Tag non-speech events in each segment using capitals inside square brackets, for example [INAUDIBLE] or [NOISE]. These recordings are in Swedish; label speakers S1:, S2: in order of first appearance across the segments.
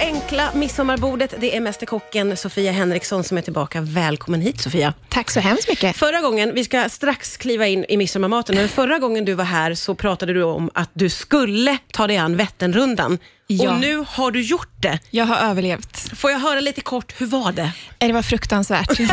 S1: enkla midsommarbordet. Det är mästerkocken Sofia Henriksson som är tillbaka. Välkommen hit Sofia.
S2: Tack så hemskt mycket.
S1: Förra gången, vi ska strax kliva in i midsommarmaten, men förra gången du var här så pratade du om att du skulle ta dig an Vätternrundan.
S2: Ja.
S1: Och nu har du gjort det.
S2: Jag har överlevt.
S1: Får jag höra lite kort, hur var det?
S2: Eh, Det var [LAUGHS] fruktansvärt. Nej,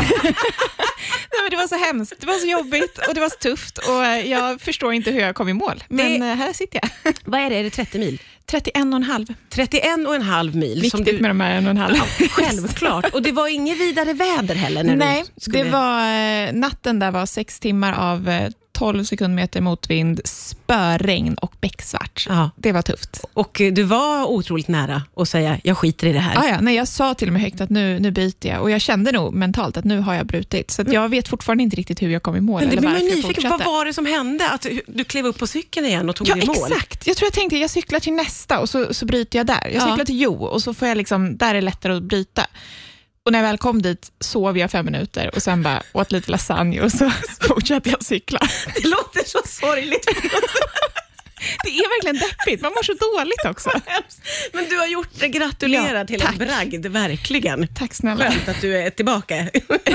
S2: men det var så hemskt, det var så jobbigt och det var så tufft och eh, jag förstår inte hur jag kom i mål. Men
S1: Det-
S2: eh, här sitter [LAUGHS] jag.
S1: Vad är det, är det 30 mil?
S2: 31,5.
S1: 31 och en halv mil. [LAUGHS]
S2: Viktigt med de här en och en halv.
S1: Självklart. Och det var inget vidare väder heller? När
S2: Nej,
S1: du skulle...
S2: det var, eh, natten där var sex timmar av eh, 12 sekundmeter motvind, spöregn och becksvart.
S1: Ja.
S2: Det var tufft.
S1: Och eh, du var otroligt nära att säga, jag skiter i det här.
S2: Ah, ja, nej, jag sa till och med högt att nu, nu byter jag och jag kände nog mentalt att nu har jag brutit. Så att jag vet fortfarande inte riktigt hur jag kom i mål.
S1: Mm. Men det
S2: eller
S1: blir man
S2: varför jag
S1: nyfiken, vad
S2: fortsatte.
S1: var det som hände? Att du- du klev upp på cykeln igen och tog
S2: Ja,
S1: dig i mål?
S2: exakt. Jag tror jag tänkte jag cyklar till nästa och så, så bryter jag där. Jag
S1: Ja.
S2: cyklar till Jo och så får jag liksom, där är det lättare att bryta. Och när jag väl kom dit sov jag fem minuter och sen bara åt lite lasagne och så [LAUGHS] fortsatte jag cykla.
S1: Det låter så sorgligt.
S2: Det är verkligen deppigt, man mår så dåligt också.
S1: Men du har gjort det. Gratulerar
S2: Ja,
S1: till en
S2: tack.
S1: bragd, verkligen.
S2: [LAUGHS] Tack snälla.
S1: Skönt att du är tillbaka.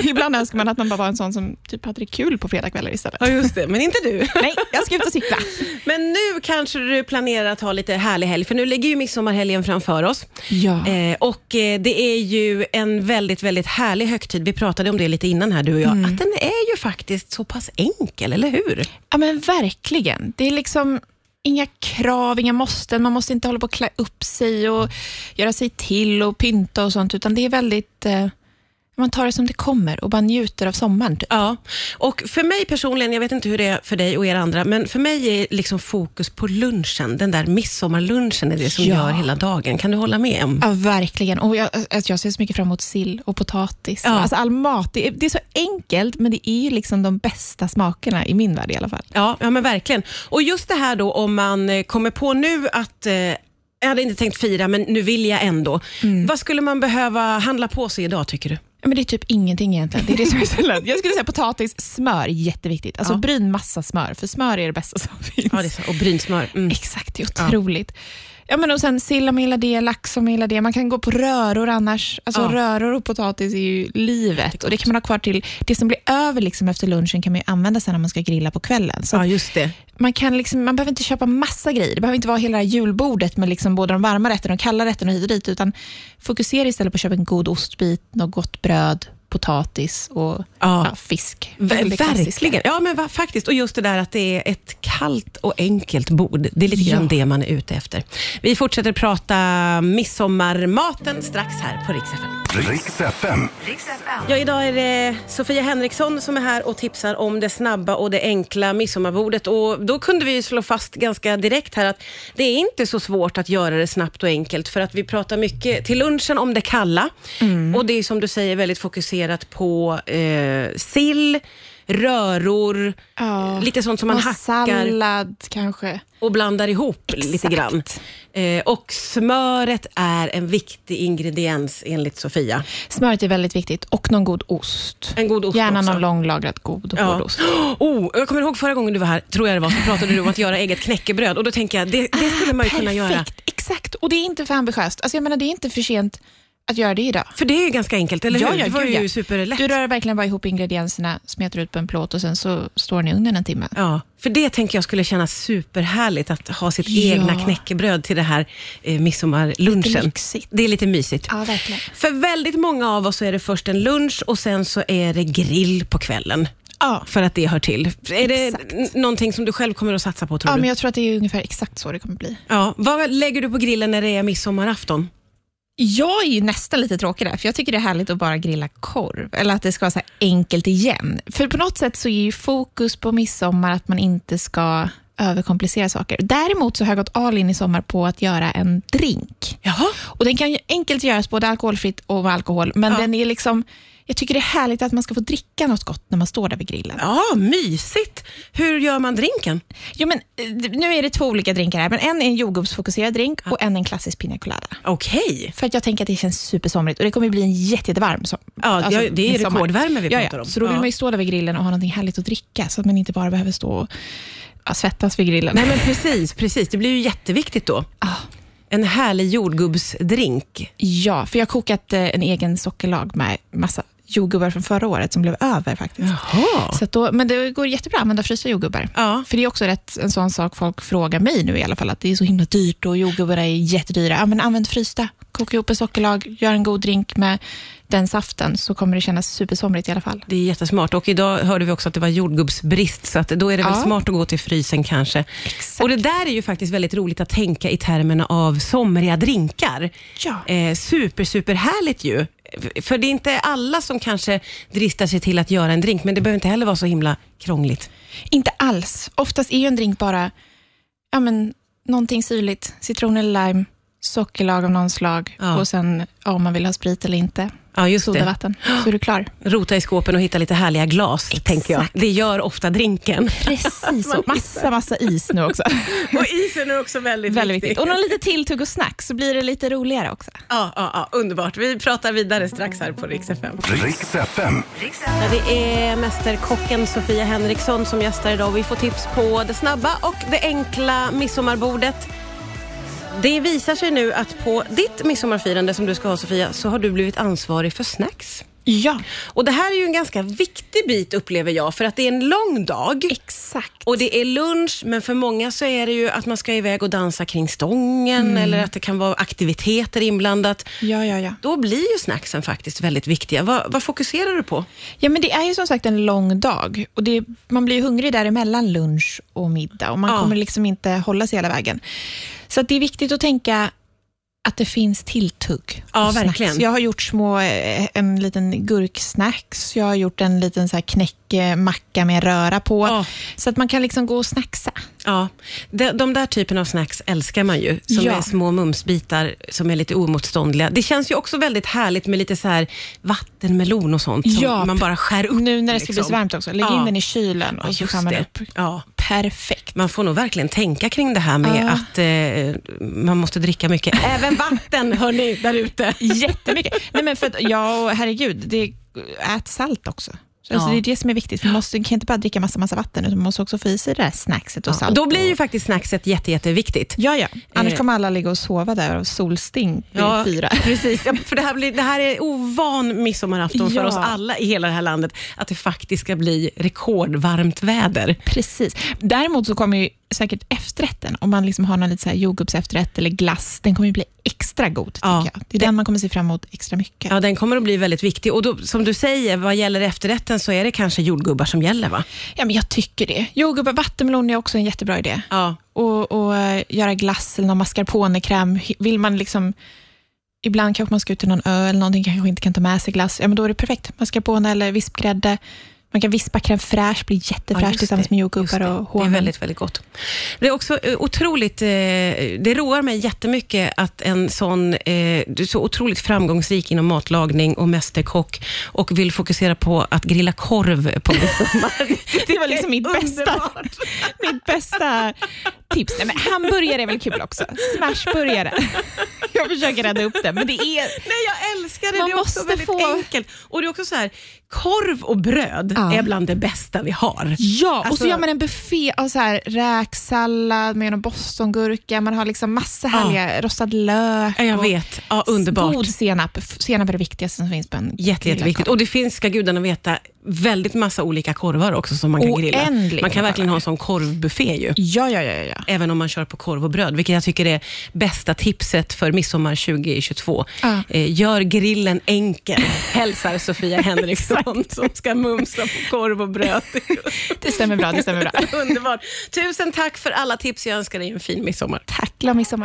S2: Ibland önskar man att man bara var en sån som typ hade det kul på fredagskvällar istället.
S1: Ja, just det. Men inte du.
S2: Nej, jag ska ut och cykla.
S1: [LAUGHS] Men nu kanske du planerar att ha lite härlig helg, för nu ligger ju midsommarhelgen framför oss.
S2: Ja.
S1: Eh, och eh, det är ju en väldigt, väldigt härlig högtid. Vi pratade om det lite innan här, du och jag, att den är ju faktiskt så pass enkel, eller hur?
S2: Ja men verkligen. Det är liksom inga krav, inga måsten. Man måste inte hålla på och klä upp sig och göra sig till och pynta och sånt, utan det är väldigt... Eh, man tar det som det kommer och bara njuter av sommaren. Typ.
S1: Ja, och för mig personligen, jag vet inte hur det är för dig och er andra, men för mig är liksom fokus på lunchen, den där midsommarlunchen är det som
S2: Ja.
S1: gör hela dagen. Kan du hålla med om?
S2: Ja, verkligen. Och jag, alltså, jag ser så mycket fram emot sill och potatis.
S1: Ja.
S2: Alltså, all mat. Det är, det är så enkelt, men det är ju liksom de bästa smakerna i min värld i alla fall.
S1: Ja, ja men verkligen. Och just det här då om man eh, kommer på nu att eh, jag hade inte tänkt fira, men nu vill jag ändå. Vad skulle man behöva handla på sig idag, tycker du?
S2: Ja, men det är typ ingenting egentligen. Det är det som är så lätt. Jag skulle säga potatis, smör, jätteviktigt. Alltså
S1: Ja.
S2: bryn massa smör, för smör är det bästa som finns.
S1: Ja, det är så. Och brynsmör. Mm.
S2: Exakt, det är otroligt. Ja. men och sen sill om jag gillar det, lax om jag gillar det. Man kan gå på röror annars. Alltså
S1: Ja.
S2: röror och potatis är ju livet. och det kan man ha kvar till, det som blir över liksom efter lunchen kan man ju använda sen när man ska grilla på kvällen. Så
S1: Ja, just det.
S2: man, kan liksom, man behöver inte köpa massa grejer. Det behöver inte vara hela det här julbordet med liksom både de varma rätterna och kalla rätterna hit och dit. Utan fokusera istället på att köpa en god ostbit, något gott bröd, potatis och
S1: Ja.
S2: ja. fisk. Det är
S1: Ver-
S2: det klassiska.
S1: verkligen. Ja, men va, faktiskt. Och just det där att det är ett kallt och enkelt bord. Det är lite grann
S2: Ja.
S1: det man är ute efter. Vi fortsätter prata midsommarmaten strax här på Rix FM.
S3: Riks FM.
S1: Ja, idag är det Sofia Henriksson som är här och tipsar om det snabba och det enkla midsommarbordet. Och då kunde vi ju slå fast ganska direkt här att det är inte så svårt att göra det snabbt och enkelt för att vi pratar mycket till lunchen om det kalla
S2: Mm.
S1: och det är som du säger väldigt fokuserat på eh, sill, röror,
S2: Ja.
S1: lite sånt som man
S2: Och
S1: hackar
S2: Sallad kanske.
S1: och blandar ihop lite
S2: Exakt.
S1: grann. Eh, och smöret är en viktig ingrediens enligt Sofia.
S2: Smöret är väldigt viktigt och någon god ost.
S1: En god ost
S2: Gärna
S1: också.
S2: någon långlagrad god och hård ost.
S1: Oh, jag kommer ihåg förra gången du var här, tror jag det var, så pratade du om att göra eget knäckebröd och då tänker jag, det, det skulle man ju kunna göra.
S2: Perfekt, exakt. Och det är inte för ambitiöst. Alltså jag menar, det är inte för sent att göra det idag.
S1: För det är ju ganska enkelt, eller hur? det var
S2: gud,
S1: ju
S2: ja.
S1: superlätt.
S2: Du rör verkligen bara ihop ingredienserna, smetar ut på en plåt och sen så står ni i ugnen en timme.
S1: Ja, för det tänker jag skulle kännas superhärligt att ha sitt
S2: Ja.
S1: egna knäckebröd till det här eh,
S2: Lite
S1: midsommarlunchen.
S2: lyxigt.
S1: Det är lite mysigt.
S2: Ja, verkligen.
S1: För väldigt många av oss så är det först en lunch och sen så är det grill på kvällen.
S2: Ja.
S1: För att det hör till. Är det
S2: Exakt.
S1: n- någonting som du själv kommer att satsa på tror
S2: ja,
S1: du?
S2: men jag tror att det är ungefär exakt så det kommer bli.
S1: Ja, vad lägger du på grillen när det är midsommarafton?
S2: Jag är ju nästan lite tråkig där, för jag tycker det är härligt att bara grilla korv. Eller att det ska vara så här enkelt igen. För på något sätt så är ju fokus på midsommar att man inte ska överkomplicera saker. Däremot så har jag gått all in i sommar på att göra en drink.
S1: Jaha.
S2: Och Den kan ju enkelt göras både alkoholfritt och med alkohol, men
S1: Ja.
S2: den är liksom... Jag tycker det är härligt att man ska få dricka något gott när man står där vid grillen.
S1: Ja, mysigt. Hur gör man drinken?
S2: Jo, men, eh, nu är det två olika drinkar här, men en är en jordgubbsfokuserad drink och en är en klassisk pina colada.
S1: Okej.
S2: För att jag tänker att det känns supersomrigt och det kommer bli en jätte, jättevarm som, alltså,
S1: Ja, ja, det är
S2: midsommar.
S1: rekordvärme vi
S2: ja,
S1: pratar
S2: ja.
S1: om.
S2: Så då vill
S1: Ja.
S2: man ju stå där vid grillen och ha någonting härligt att dricka så att man inte bara behöver stå och ja, svettas vid grillen.
S1: Nej men precis, precis. Det blir ju jätteviktigt då.
S2: Ah.
S1: En härlig jordgubbsdrink.
S2: Ja, för jag har kokat eh, en egen sockerlag med massa jordgubbar från förra året som blev över faktiskt.
S1: Jaha.
S2: Så att då, men det går jättebra att använda frysta jordgubbar.
S1: Ja.
S2: För det är också rätt, en sån sak folk frågar mig nu i alla fall, att det är så himla dyrt och jordgubbarna är jättedyra. Ja, men använd frysta, koka ihop en sockerlag, gör en god drink med den saften så kommer det kännas supersomrigt i alla fall.
S1: Det är jättesmart. Och idag hörde vi också att det var jordgubbsbrist, så att då är det väl
S2: Ja.
S1: smart att gå till frysen kanske.
S2: Exakt.
S1: Och det där är ju faktiskt väldigt roligt att tänka i termerna av somriga drinkar.
S2: Ja.
S1: Eh, super, super härligt ju. För det är inte alla som kanske dristar sig till att göra en drink, men det behöver inte heller vara så himla krångligt.
S2: Inte alls. Oftast är ju en drink bara ja, men, någonting syrligt, citron eller lime, sockerlag av någon slag
S1: Ja.
S2: och sen ja, om man vill ha sprit eller inte,
S1: Ja, just det.
S2: sodavatten, så är du klar.
S1: Rota i skåpen och hitta lite härliga glas, tänker jag. Det gör ofta drinken.
S2: [GASPS] Precis, och massa, massa is nu [LAUGHS] också.
S1: [LAUGHS] Och isen är också väldigt,
S2: Väldigt viktigt. Och någon lite tilltugg och snack så blir det lite roligare också.
S1: Ja, ja, ja, underbart. Vi pratar vidare strax här på Rix FM.
S3: Riks FM.
S1: Ja, det är mästerkocken Sofia Henriksson som gästar idag och vi får tips på det snabba och det enkla midsommarbordet. Det visar sig nu att på ditt midsommarfirande som du ska ha Sofia, så har du blivit ansvarig för snacks.
S2: Ja,
S1: Och det här är ju en ganska viktig bit upplever jag, för att det är en lång dag.
S2: exakt.
S1: Och det är lunch, men för många så är det ju att man ska iväg och dansa kring stången eller att det kan vara aktiviteter inblandat.
S2: Ja, ja, ja.
S1: Då blir ju snacksen faktiskt väldigt viktiga. Vad, vad fokuserar du på?
S2: Ja, men det är ju som sagt en lång dag och det, man blir ju hungrig däremellan lunch och middag och man
S1: Ja.
S2: kommer liksom inte hålla sig hela vägen. Så att det är viktigt att tänka att det finns tilltugg. och
S1: Ja,
S2: snacks.
S1: verkligen.
S2: Jag har gjort små, eh, en liten gurksnacks, jag har gjort en liten så här knäckmacka med röra på.
S1: Ja.
S2: Så att man kan liksom gå och snacksa.
S1: Ja, de, de där typen av snacks älskar man ju. Som
S2: Ja.
S1: är små mumsbitar som är lite oemotståndliga. Det känns ju också väldigt härligt med lite så här vattenmelon och sånt som
S2: Ja,
S1: man bara skär upp.
S2: Nu när det ska
S1: liksom.
S2: bli så varmt också, lägg
S1: Ja.
S2: in den i kylen och
S1: Ja,
S2: så
S1: just
S2: skär man
S1: det.
S2: upp.
S1: Ja.
S2: Perfekt.
S1: Man får nog verkligen tänka kring det här med
S2: Ja.
S1: att eh, man måste dricka mycket. [LAUGHS] Även vatten, hörni, där ute.
S2: Jättemycket. Nej, men för att, ja, och herregud, det, ät salt också. Så Alltså,
S1: Ja.
S2: Det är det som är viktigt. Man måste, kan inte bara dricka massa, massa vatten, utan man måste också få i sig det där snackset och salt.
S1: Då blir
S2: och,
S1: ju faktiskt snackset jätte, jätteviktigt.
S2: ja, ja. Annars
S1: Eh.
S2: kommer alla ligga och sova där av solsting vid
S1: Ja,
S2: fyra.
S1: [LAUGHS]
S2: [LAUGHS]
S1: Precis, ja, för det här, blir, det här är ovan midsommarafton för
S2: Ja.
S1: oss alla i hela det här landet, att det faktiskt ska bli rekordvarmt väder.
S2: Precis. Däremot så kommer ju säkert efterrätten, om man liksom har någon lite så här jordgubbsefterrätt eller glass, den kommer ju bli extra god. Tycker
S1: Ja.
S2: jag. Det är den man kommer se fram emot extra mycket.
S1: Ja, den kommer att bli väldigt viktig. Och då, som du säger, vad gäller efterrätten så är det kanske jordgubbar som gäller, va?
S2: Ja, men jag tycker det. Jordgubbar, vattenmelon är också en jättebra idé.
S1: Ja.
S2: och, och eh, göra glass eller någon mascarponekräm. Hi- Vill man liksom, ibland kanske man ska ut till någon ö eller någonting, kanske inte kan ta med sig glass. Ja, men då är det perfekt. Mascarpone eller vispgrädde. Man kan vispa crème fraîche, bli jättefräsch
S1: just
S2: tillsammans
S1: det,
S2: med
S1: just
S2: jordgubbar
S1: det.
S2: och
S1: Det är
S2: honung.
S1: väldigt, väldigt gott. Det är också eh, otroligt, eh, det roar mig jättemycket att en sån, eh, du är så otroligt framgångsrik inom matlagning och mästerkock och vill fokusera på att grilla korv på
S2: [LAUGHS]
S1: midsommar.
S2: [LAUGHS] Det var liksom mitt
S1: är
S2: bästa,
S1: underbart.
S2: [LAUGHS] mitt bästa tips. Nej, men hamburgare är väl kul också? Smashburgare. [LAUGHS] Jag försöker rädda upp det, men det är...
S1: Nej, jag älskar det.
S2: Man
S1: det är också
S2: måste
S1: väldigt
S2: få-
S1: enkelt. Och det är också så här, korv och bröd
S2: Ja.
S1: är bland det bästa vi har.
S2: Ja, och
S1: Alltså-
S2: så gör man en buffé av så här räksallad med någon bostongurka, man har liksom massa härliga rostad lök.
S1: Ja, jag
S2: och-
S1: vet. Ja, underbart.
S2: God senap. F- Senap är det viktigaste som finns på en
S1: Jätte, jätteviktigt.
S2: grillad
S1: Och det finns, ska gudarna veta, väldigt massa olika korvar också som man kan grilla.
S2: Oändligt
S1: Man kan
S2: med
S1: verkligen ha en sån korvbuffé ju.
S2: korv. Ja, ja, ja.
S1: [LAUGHS]
S2: ja.
S1: Även om man kör på korv och bröd, vilket jag tycker är bästa tipset för midsommar 2022.
S2: Ja.
S1: Eh, gör grillen
S2: [LAUGHS]
S1: enkel, hälsar Sofia Henriksson som ska mumsa på korv och bröd.
S2: [LAUGHS]
S1: [LAUGHS]
S2: Det stämmer bra. Det stämmer bra.
S1: Underbart. Tusen tack för alla tips. Jag önskar dig en fin midsommar.
S2: Tack, glad midsommar.